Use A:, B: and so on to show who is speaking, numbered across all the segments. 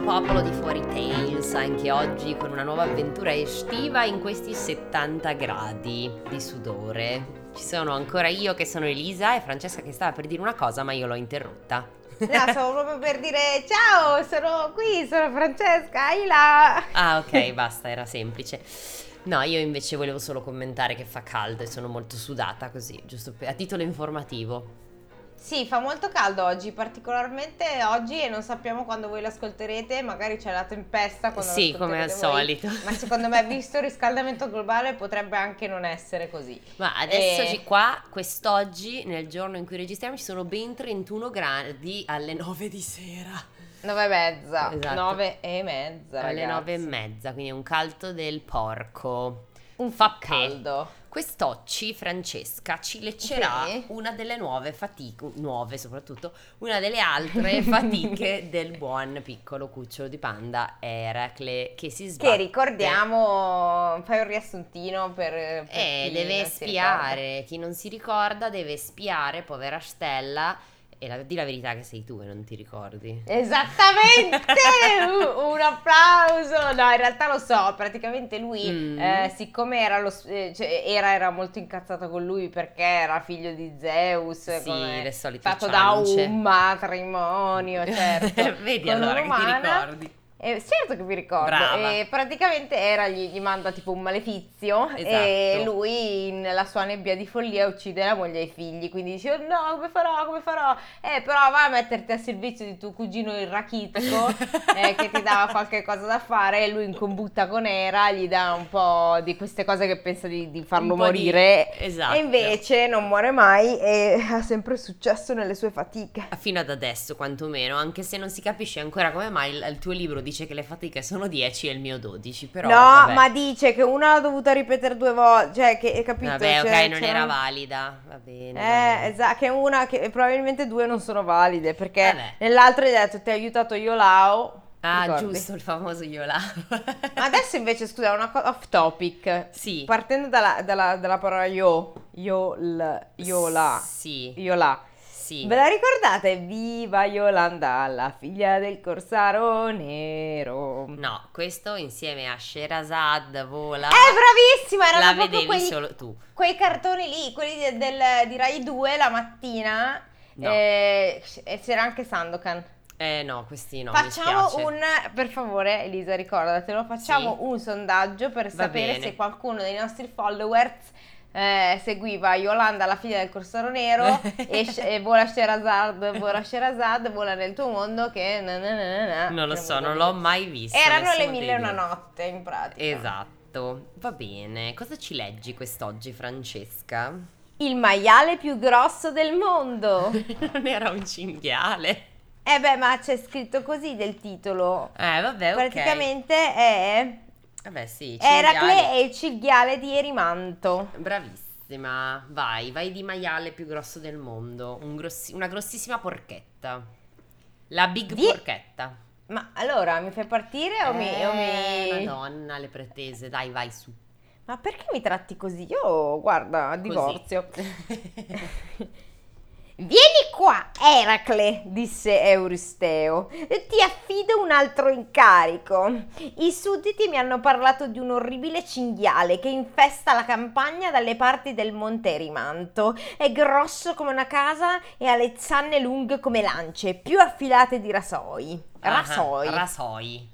A: popolo di Fuori Tales, anche oggi con una nuova avventura estiva in questi 70 gradi di sudore. Ci sono ancora io che sono Elisa e Francesca che stava per dire una cosa ma io l'ho interrotta.
B: No, stavo proprio per dire ciao, sono qui, sono Francesca, Aila.
A: Ah ok, basta, era semplice. No, io invece volevo solo commentare che fa caldo e sono molto sudata così, giusto per- a titolo informativo.
B: Sì, fa molto caldo oggi, particolarmente oggi e non sappiamo quando voi l'ascolterete, magari c'è la tempesta quando
A: sì, come al
B: l'ascolterete voi.
A: solito.
B: Ma secondo me, visto il riscaldamento globale, potrebbe anche non essere così.
A: Ma adesso
B: Eh.
A: ci- qua, quest'oggi, nel giorno in cui registriamo, ci sono ben 31 gradi alle 9 di sera.
B: 9 e mezza,
A: Esatto.
B: 9 e mezza,
A: alle
B: ragazzi.
A: 9 e mezza, quindi è un caldo del porco.
B: Un
A: fa
B: caldo.
A: Quest'oggi Francesca ci leccerà
B: Sì.
A: una delle nuove fatiche, nuove soprattutto, una delle altre fatiche del buon piccolo cucciolo di panda Eracle che si sbatte.
B: Che ricordiamo, fai un riassuntino per... per
A: Eh,
B: chi
A: deve
B: non si ricorda.
A: spiare, chi non si ricorda deve spiare, povera Stella, e la, di la verità che sei tu che non ti ricordi.
B: Esattamente! U- un applauso! No, in realtà lo so, praticamente lui,
A: Mm.
B: eh, siccome era, lo, s- eh, cioè, era, era molto incazzato con lui perché era figlio di Zeus, come-
A: sì, le solite
B: fatto da
A: ciance.
B: un matrimonio, certo.
A: Vedi
B: con
A: allora che ti
B: un'umana.
A: ricordi.
B: Eh, certo che mi ricordo,
A: Brava.
B: Eh, praticamente era, gli, gli manda tipo un malefizio e
A: Esatto.
B: lui nella sua nebbia di follia uccide la moglie e i figli, quindi dice oh no come farò, come farò, eh però vai a metterti a servizio di tuo cugino il rachitico eh, che ti dava qualche cosa da fare e lui in combutta con Era gli dà un po' di queste cose che pensa di, di farlo
A: Un po' di-
B: morire
A: Esatto.
B: e invece non muore mai e ha sempre successo nelle sue fatiche.
A: eh, Fino ad adesso, quantomeno, anche se non si capisce ancora come mai il, il tuo libro dice che le fatiche sono 10 e il mio 12, però
B: no,
A: vabbè.
B: ma dice che una l'ha dovuta ripetere due volte, cioè che hai capito?
A: Vabbè, ok,
B: C'era-
A: non
B: c'era-
A: era valida, va bene. va
B: Eh,
A: bene.
B: esatto, che una che probabilmente due non sono valide perché
A: Vabbè.
B: nell'altra hai detto ti ha aiutato Iolao.
A: Eh Ah,
B: ricordi?
A: giusto, il famoso Yola.
B: Ma adesso invece scusa, una cosa off topic.
A: sì.
B: Partendo dalla, dalla- dalla parola io, Iol, Iola,
A: Sì,
B: Iola.
A: sì.
B: Ve la ricordate? Viva Yolanda, la figlia del corsaro nero.
A: No, questo insieme a Sherazad vola.
B: Eh, bravissima, erano
A: la
B: proprio
A: vedevi
B: quelli-
A: solo tu.
B: quei cartoni lì, quelli de- del- di Rai 2 la mattina.
A: No.
B: eh, e c'era anche Sandokan.
A: Eh no, questi no, mi
B: facciamo
A: spiace.
B: un, per favore, Elisa, ricordatelo, facciamo
A: Sì.
B: un sondaggio per sapere
A: bene.
B: se qualcuno dei nostri followers eh, seguiva Yolanda, la figlia del Corsaro Nero, e, Sh- e Vola Sherazad, Vola Sherazad, Vola nel tuo mondo che... na na na na na.
A: Non lo so, non l'ho mai visto.
B: Erano le
A: nessuno
B: mille
A: dei
B: e una
A: due.
B: notte, in pratica.
A: Esatto. Va bene. Cosa ci leggi quest'oggi, Francesca?
B: Il maiale più grosso del mondo.
A: non era un cinghiale.
B: Eh beh, ma c'è scritto così del titolo.
A: Eh, vabbè, ok.
B: Praticamente è
A: Vabbè, sì,
B: Eracle
A: cinghiale.
B: e il cinghiale di Erimanto.
A: Bravissima. Vai, vai di maiale più grosso del mondo. Un grossi- una grossissima porchetta. La big
B: Di- oh
A: porchetta.
B: Ma allora mi fai partire o mi... o
A: Eh,
B: mi-
A: Madonna, le pretese. Dai, vai su.
B: Ma perché mi tratti così? Io, guarda, divorzio. Vieni qua, Eracle, disse Euristeo. Ti affido un altro incarico. I sudditi mi hanno parlato di un orribile cinghiale che infesta la campagna dalle parti del Monte Erimanto. È grosso come una casa e ha le zanne lunghe come lance, più affilate di rasoi.
A: Ah,
B: Rasoi.
A: Rasoi.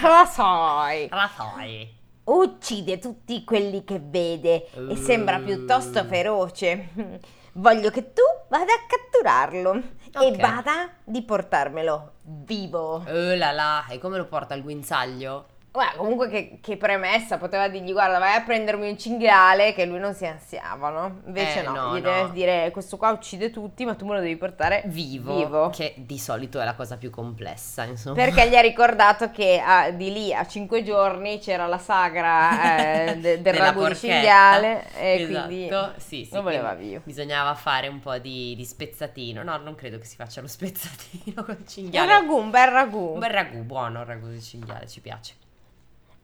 B: rasoi.
A: Rasoi.
B: Uccide tutti quelli che vede e sembra
A: Mm.
B: piuttosto feroce. Voglio che tu vada a catturarlo
A: Ok.
B: e vada di portarmelo vivo.
A: Oh là là, e come lo porta il guinzaglio?
B: Guarda, comunque che, che premessa, poteva dirgli guarda vai a prendermi un cinghiale che lui non si ansiava, no? Invece
A: Eh,
B: no,
A: no,
B: gli
A: no.
B: deve dire questo qua uccide tutti ma tu me lo devi portare
A: Vivo,
B: vivo.
A: che di solito è la cosa più complessa, insomma.
B: Perché gli ha ricordato che a- di lì a cinque giorni c'era la sagra eh, de- del
A: Della
B: ragù di
A: porchetta.
B: cinghiale e
A: Esatto,
B: eh, quindi
A: sì, sì,
B: lo voleva
A: quindi
B: vivo.
A: Bisognava fare un po' di, di spezzatino. No, non credo che si faccia lo spezzatino con il
B: Un
A: cinghiale.
B: ragù, un bel ragù.
A: Un bel ragù, buono il ragù di cinghiale, ci piace.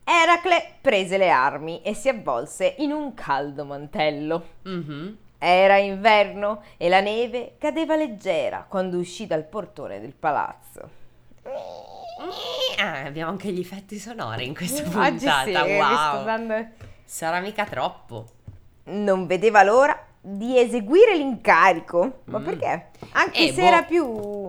B: Eracle prese le armi e si avvolse in un caldo mantello.
A: Mhm.
B: Era inverno e la neve cadeva leggera quando uscì dal portone del palazzo.
A: Ah, abbiamo anche gli effetti sonori in questa
B: Mm, Oggi sì,
A: puntata.
B: vi sto
A: wow.
B: dando-
A: Sarà mica troppo.
B: Non vedeva l'ora di eseguire l'incarico. Ma
A: Mm.
B: perché? Anche
A: Eh,
B: se
A: boh.
B: era più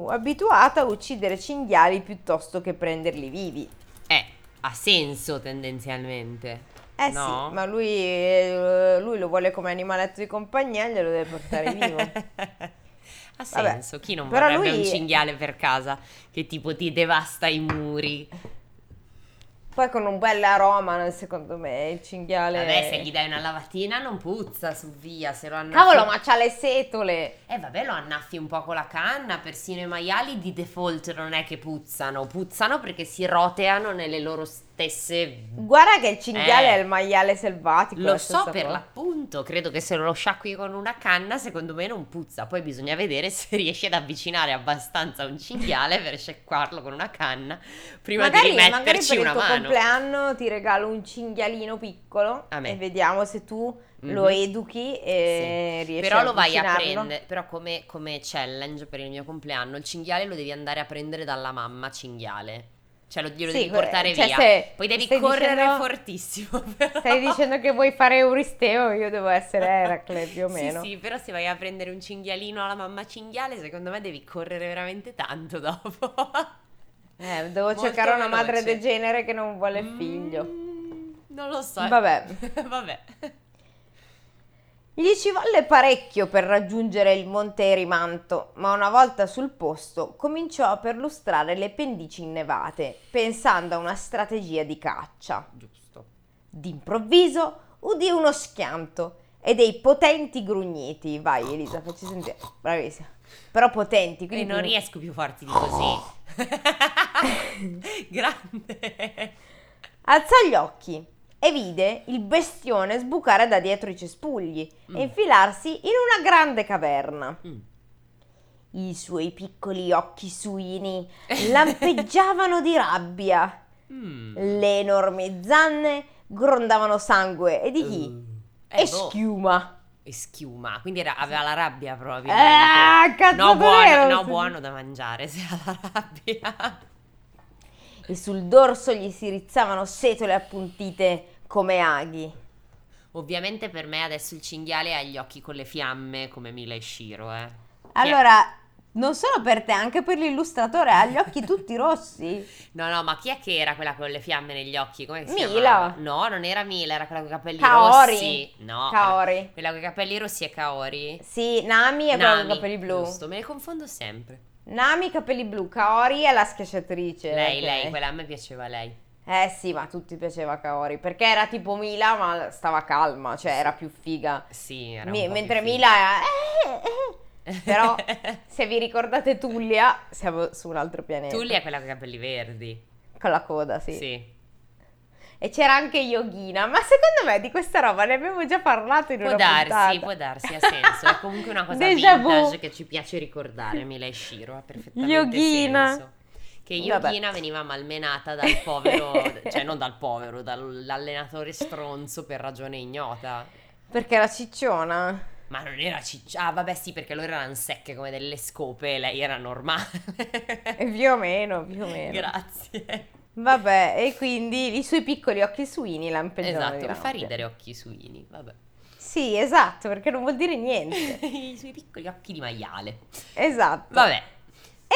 B: abituata a uccidere cinghiali piuttosto che prenderli vivi.
A: Eh, ha senso tendenzialmente.
B: Eh
A: No.
B: sì, ma lui, eh, lui lo vuole come animaletto di compagnia, glielo deve portare vivo.
A: ha
B: Vabbè,
A: senso. Chi non
B: però
A: vorrebbe
B: lui-
A: un cinghiale per casa che tipo ti devasta i muri?
B: Poi con un bel aroma, secondo me, il cinghiale...
A: Vabbè, se gli dai una lavatina non puzza, su via, se lo annaffi...
B: Cavolo, ma c'ha le setole!
A: Eh vabbè, lo annaffi un po' con la canna, persino i maiali di default non è che puzzano, puzzano perché si roteano nelle loro stesse...
B: Guarda che il cinghiale
A: Eh.
B: è il maiale selvatico. eh,
A: Lo
B: la
A: so
B: stessa
A: per
B: cosa.
A: l'appunto, credo che se lo sciacqui con una canna, secondo me non puzza. Poi bisogna vedere se riesci ad avvicinare abbastanza un cinghiale per sciacquarlo con una canna prima
B: magari,
A: di
B: magari per
A: rimetterci
B: il
A: una
B: tuo
A: mano.
B: compleanno ti regalo un cinghialino piccolo
A: A me.
B: e vediamo se tu
A: Mhm.
B: lo educhi e riesci
A: Però
B: a
A: lo vai a
B: avvicinarlo.
A: prendere, però come, come challenge per il mio compleanno, il cinghiale lo devi andare a prendere dalla mamma cinghiale. Cioè lo, glielo
B: Sì,
A: devi portare
B: cioè,
A: via.
B: se
A: Poi devi
B: stai
A: correre
B: dicendo-
A: fortissimo. però.
B: Stai dicendo che vuoi fare Euristeo, io devo essere Eracle più o meno.
A: Sì, sì, però se vai a prendere un cinghialino alla mamma cinghiale, secondo me devi correre veramente tanto dopo.
B: Eh, devo
A: Molto
B: cercare una
A: veloce.
B: madre degenere che non vuole figlio.
A: Mm, non lo so. eh.
B: Vabbè.
A: Vabbè.
B: Gli ci volle parecchio per raggiungere il monte Erimanto, ma una volta sul posto cominciò a perlustrare le pendici innevate, pensando a una strategia di caccia.
A: Giusto.
B: D'improvviso udì uno schianto e dei potenti grugniti. Vai Elisa, facci sentire. Bravissima. Però potenti,
A: E
B: quindi
A: Eh, non riesco più forti di così. Grande.
B: Alzò gli occhi e vide il bestione sbucare da dietro i cespugli
A: Mm.
B: e infilarsi in una grande caverna.
A: Mm.
B: I suoi piccoli occhi suini lampeggiavano di rabbia.
A: Mm.
B: Le enormi zanne grondavano sangue e di chi?
A: Eh,
B: e
A: boh,
B: schiuma.
A: e schiuma. Quindi era- aveva la rabbia probabilmente.
B: Ah, cazzo
A: no, buono,
B: vero!
A: no, buono da mangiare se ha la rabbia.
B: E sul dorso gli si rizzavano setole appuntite come aghi.
A: Ovviamente per me adesso il cinghiale ha gli occhi con le fiamme come Mila e Shiro, eh.
B: Allora, non solo per te, anche per l'illustratore, ha gli occhi tutti rossi.
A: No, no, ma chi è che era quella con le fiamme negli occhi? Come si
B: Mila.
A: chiamava? No, non era Mila, era quella con i capelli
B: Kaori.
A: rossi. No,
B: Kaori.
A: quella con i capelli rossi è Kaori.
B: Sì, Nami è quella con i
A: Nami,
B: capelli blu.
A: Giusto, me ne confondo sempre.
B: Nami, capelli blu. Kaori è la schiacciatrice.
A: lei,
B: ok.
A: lei, quella a me piaceva lei.
B: Eh sì, ma a tutti piaceva Kaori. Perché era tipo Mila, ma stava calma, cioè era più figa.
A: Sì, era un
B: Mi-
A: po' più
B: mentre
A: figa.
B: Mila era... Però, se vi ricordate Tullia, siamo su un altro pianeta.
A: Tulli è quella con i capelli verdi.
B: Con la coda, sì.
A: Sì.
B: E c'era anche Yogina, ma secondo me di questa roba ne abbiamo già parlato in
A: Può
B: una
A: darsi,
B: puntata.
A: può darsi, ha senso. È comunque una cosa
B: Déjà vu.
A: vintage che ci piace ricordare, Mila e Shiro, ha perfettamente
B: Yogina.
A: senso. Che
B: Vabbè.
A: Yogina veniva malmenata dal povero, cioè non dal povero, dall'allenatore stronzo per ragione ignota.
B: Perché era cicciona.
A: Ma non era ciccia. Ah, vabbè, sì, perché loro erano secche come delle scope, lei era normale.
B: E eh, più o meno, più o meno.
A: Grazie.
B: Vabbè, e quindi i suoi piccoli occhi suini lampeggiavano
A: Esatto,
B: di
A: mi fa
B: rabbia.
A: ridere occhi suini, vabbè.
B: Sì, esatto, perché non vuol dire niente.
A: I suoi piccoli occhi di maiale.
B: Esatto.
A: Vabbè.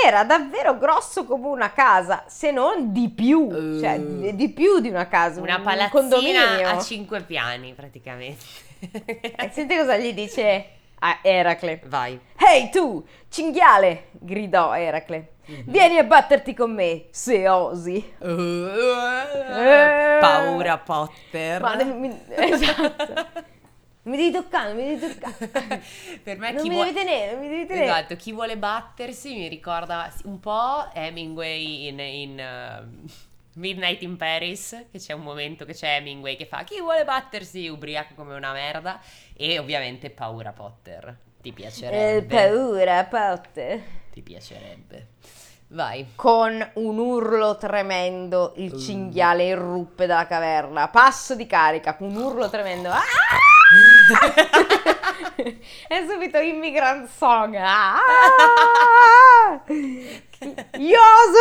B: Era davvero grosso come una casa, se non di più,
A: Eh.
B: cioè di di più di una casa,
A: Una
B: un
A: palazzina
B: condominio.
A: a cinque piani, praticamente.
B: E senti cosa gli dice a Eracle.
A: Vai.
B: Ehi tu, cinghiale, gridò Eracle.
A: Mhm.
B: Vieni a batterti con me, se osi.
A: Paura Potter.
B: Eh. Ma non mi- esatto. Non Mi devi toccare, non mi devi toccare.
A: per me
B: non
A: chi
B: mi
A: vuole
B: devi tenere, non mi devi tenere.
A: Esatto, chi vuole battersi mi ricorda un po' Hemingway in, in, eh, Midnight in Paris, che c'è un momento che c'è Hemingway che fa chi vuole battersi ubriaco come una merda e ovviamente Paura Potter. Ti
B: Eh,
A: piacerebbe?
B: paura, Potter.
A: Ti piacerebbe. Vai.
B: Con un urlo tremendo il
A: Mm.
B: cinghiale irruppe dalla caverna. Passo di carica, con un urlo tremendo. Ah! e subito immigrant song. Ah! Ioso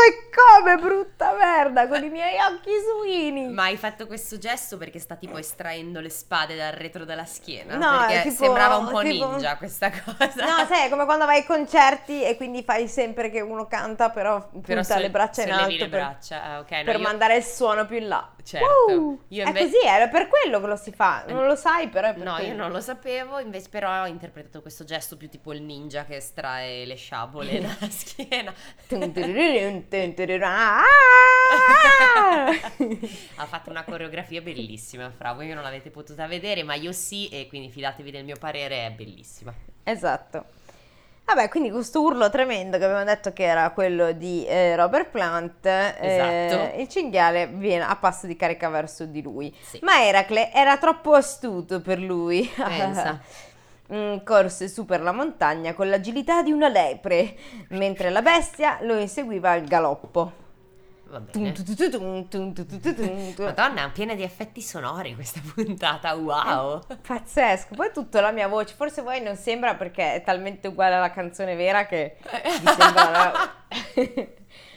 B: e come brutta merda con i miei occhi suini.
A: Ma hai fatto questo gesto perché sta tipo estraendo le spade dal retro della schiena?
B: No,
A: perché
B: tipo-
A: sembrava un po'
B: tipo-
A: ninja questa cosa.
B: No, sai, è come quando vai ai concerti e quindi fai sempre che uno canta, però punta
A: Però sol-
B: le braccia in
A: sollevi
B: alto
A: le
B: per,
A: braccia. Ah, ok, no,
B: per
A: io-
B: mandare il suono più in là.
A: Certo.
B: Uh,
A: Io
B: è
A: inve-
B: così, è per quello che lo si fa. Non lo sai, però è per
A: No, io
B: quello.
A: non lo sapevo, invece però ho interpretato questo gesto più tipo il ninja che estrae le sciabole dalla schiena.
B: Tun tururun, tun tururun. Ah!
A: ha fatto una coreografia bellissima, fra voi non l'avete potuta vedere, ma io sì e quindi fidatevi del mio parere, è bellissima.
B: Esatto. Vabbè, quindi questo urlo tremendo che abbiamo detto che era quello di eh, Robert Plant, eh,
A: Esatto.
B: il cinghiale viene a passo di carica verso di lui.
A: Sì.
B: Ma Eracle era troppo astuto per lui.
A: Pensa.
B: Mm, corse su per la montagna con l'agilità di una lepre, mentre la bestia lo inseguiva al galoppo.
A: Va bene.
B: Tun tu tu tu tun, tun tu tu tu tun, tu.
A: Madonna, piena di effetti sonori questa puntata, wow!
B: Pazzesco, poi tutta la mia voce, forse voi non sembra perché è talmente uguale alla canzone vera che vi sembra la-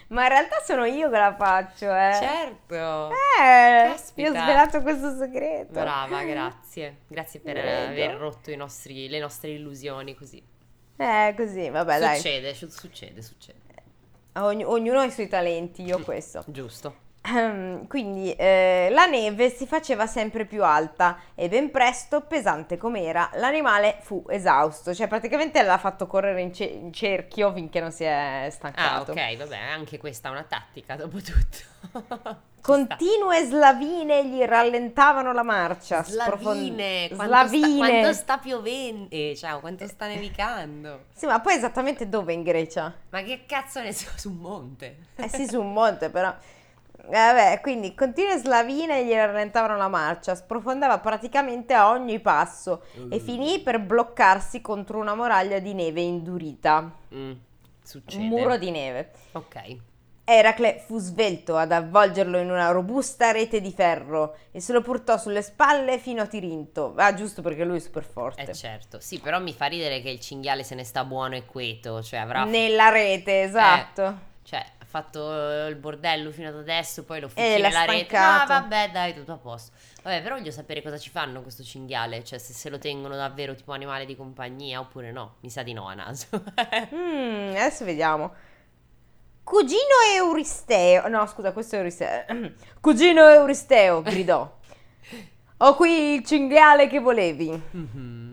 B: Ma in realtà sono io che la faccio, eh.
A: Certo!
B: Eh,
A: Caspita.
B: mi ho svelato questo segreto.
A: Brava, grazie. Grazie per
B: Prego.
A: aver rotto i nostri- le nostre illusioni così.
B: Eh, così, vabbè, dai.
A: succede, su- succede, succede.
B: Ogni- ognuno ha i suoi talenti, io ho questo.
A: Giusto.
B: Ehm, Quindi eh, la neve si faceva sempre più alta e ben presto, pesante com'era, l'animale fu esausto, cioè praticamente l'ha fatto correre in, ce- in cerchio finché non si è
A: Ah,
B: stancato.
A: ok, vabbè, anche questa è una tattica dopo tutto. Ci
B: Continue slavine gli rallentavano la marcia.
A: sta. Slavine,
B: sprofond-
A: quanto, Sta,
B: Slavine.
A: quanto sta piovendo, eh, ciao, quanto sta nevicando.
B: Sì, ma poi esattamente dove in Grecia?
A: Ma che cazzo ne so, su un monte?
B: Eh sì, su un monte però. Eh, Vabbè, quindi continue slavine gli rallentavano la marcia, sprofondava praticamente a ogni passo e finì per bloccarsi contro una muraglia di neve indurita,
A: Mm, succede.
B: un muro di neve.
A: Ok.
B: Eracle fu svelto ad avvolgerlo in una robusta rete di ferro e se lo portò sulle spalle fino a Tirinto. Ah, giusto perché lui è super forte.
A: Eh certo, sì, però mi fa ridere che il cinghiale se ne sta buono e quieto, cioè avrà
B: Nella
A: Eh.
B: rete, esatto.
A: cioè, ha fatto eh, il bordello fino ad adesso, poi lo
B: Eh,
A: fucile
B: l'ha
A: la rete. Ah,
B: stancato.
A: vabbè, dai, tutto a posto. Vabbè, però voglio sapere cosa ci fanno questo cinghiale, cioè se, se lo tengono davvero tipo animale di compagnia oppure no. Mi sa di no a naso.
B: Mm, adesso vediamo. Cugino Euristeo. No, scusa, questo è Euristeo. Cugino Euristeo, gridò. Ho qui il cinghiale che volevi. Mm-hmm.
A: Mhm.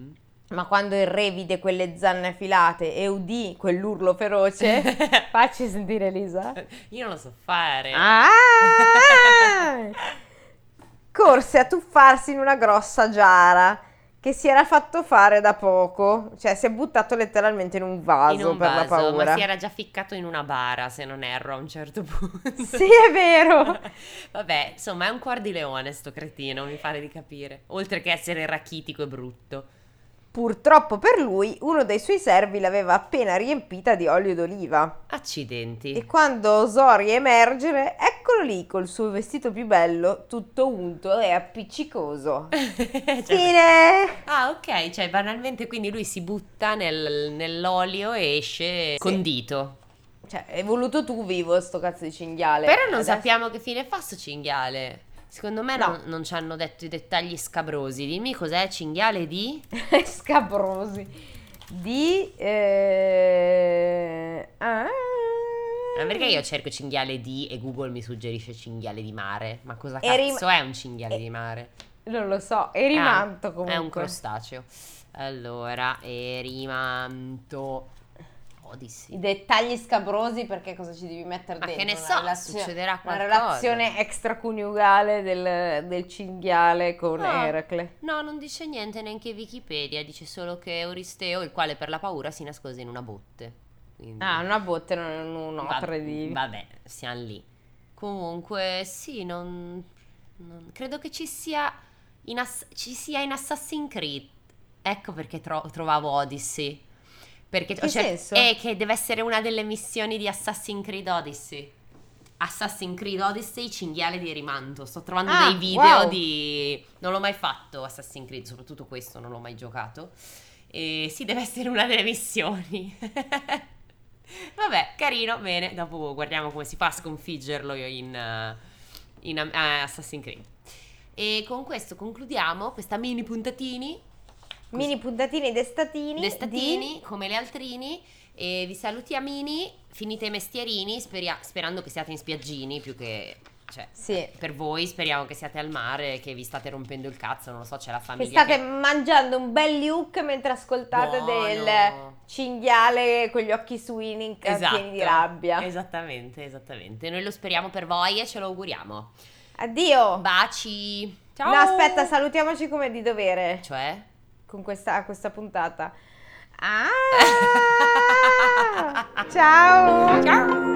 B: Ma quando il re vide quelle zanne affilate e udì quell'urlo feroce. Facci sentire, Lisa.
A: Io non lo so fare.
B: Ah! Corse a tuffarsi in una grossa giara che si era fatto fare da poco, cioè si è buttato letteralmente in un vaso
A: in un
B: per la
A: vaso,
B: paura.
A: ma si era già ficcato in una bara, se non erro, a un certo punto.
B: Sì, è vero.
A: Vabbè, insomma, è un cuor di leone sto cretino, mi pare di capire. Oltre che essere rachitico e brutto.
B: Purtroppo per lui, uno dei suoi servi l'aveva appena riempita di olio d'oliva.
A: Accidenti.
B: E quando osò riemergere, eccolo lì col suo vestito più bello, tutto unto e appiccicoso.
A: Cioè,
B: Fine!
A: Ah, ok, cioè banalmente quindi lui si butta nel- nell'olio e esce condito.
B: Cioè, hai voluto tu vivo sto cazzo di cinghiale.
A: Però non
B: Adesso-
A: sappiamo che fine fa sto cinghiale. Secondo me
B: No.
A: non, non ci hanno detto i dettagli scabrosi. Dimmi cos'è cinghiale di?
B: Mm. Scabrosi. Di... eh, ah.
A: Ma perché io cerco cinghiale di e Google mi suggerisce cinghiale di mare? Ma cosa
B: E rim-
A: cazzo è un cinghiale
B: e-
A: di mare?
B: Non lo so, è rimanto
A: Ah,
B: comunque.
A: È un crostaceo. Allora, e rimanto. Oh, di sì.
B: I dettagli scabrosi perché cosa ci devi mettere
A: Ma che
B: dentro?
A: ne
B: Una
A: so,
B: relazio-
A: succederà
B: Una
A: qualcosa.
B: relazione extraconiugale del, del cinghiale con
A: No.
B: Eracle.
A: No, non dice niente neanche Wikipedia, dice solo che Euristeo, il quale per la paura si nascose in una botte. Quindi-
B: Ah, una botte, non un
A: Va-
B: otre di...
A: Vabbè, siamo lì. Comunque, sì, non, non- credo che ci sia in, Ass- ci sia in Assassin's Creed. Ecco perché tro- trovavo Odyssey. Perché cioè,
B: Che senso?
A: È che deve essere una delle missioni di Assassin's Creed Odyssey. Assassin's Creed Odyssey, cinghiale di rimanto. Sto trovando
B: Ah,
A: dei video
B: wow.
A: di... Non l'ho mai fatto Assassin's Creed, soprattutto questo non l'ho mai giocato. E sì, deve essere una delle missioni. Vabbè, carino, bene, dopo guardiamo come si fa a sconfiggerlo io in, eh, in, eh, Assassin's Creed. E con questo concludiamo questa mini puntatini,
B: Mini puntatini destatini.
A: destatini,
B: di-
A: come le altrini, e vi salutiamini, finite i mestierini, speria- sperando che siate in spiaggini, più che... Cioè,
B: Sì.
A: per voi speriamo che siate al mare, che vi state rompendo il cazzo, non lo so, c'è la
B: Che
A: famiglia
B: state mangiando un bel look mentre ascoltate
A: Buono.
B: del cinghiale con gli occhi suini in
A: Esatto.
B: pieni di rabbia.
A: Eh. Esattamente, esattamente. Noi lo speriamo per voi e ce lo auguriamo.
B: Addio.
A: Baci. Ciao.
B: No, aspetta, salutiamoci come di dovere
A: Cioè?
B: con questa, questa puntata. Ah! Ciao.
A: Ciao.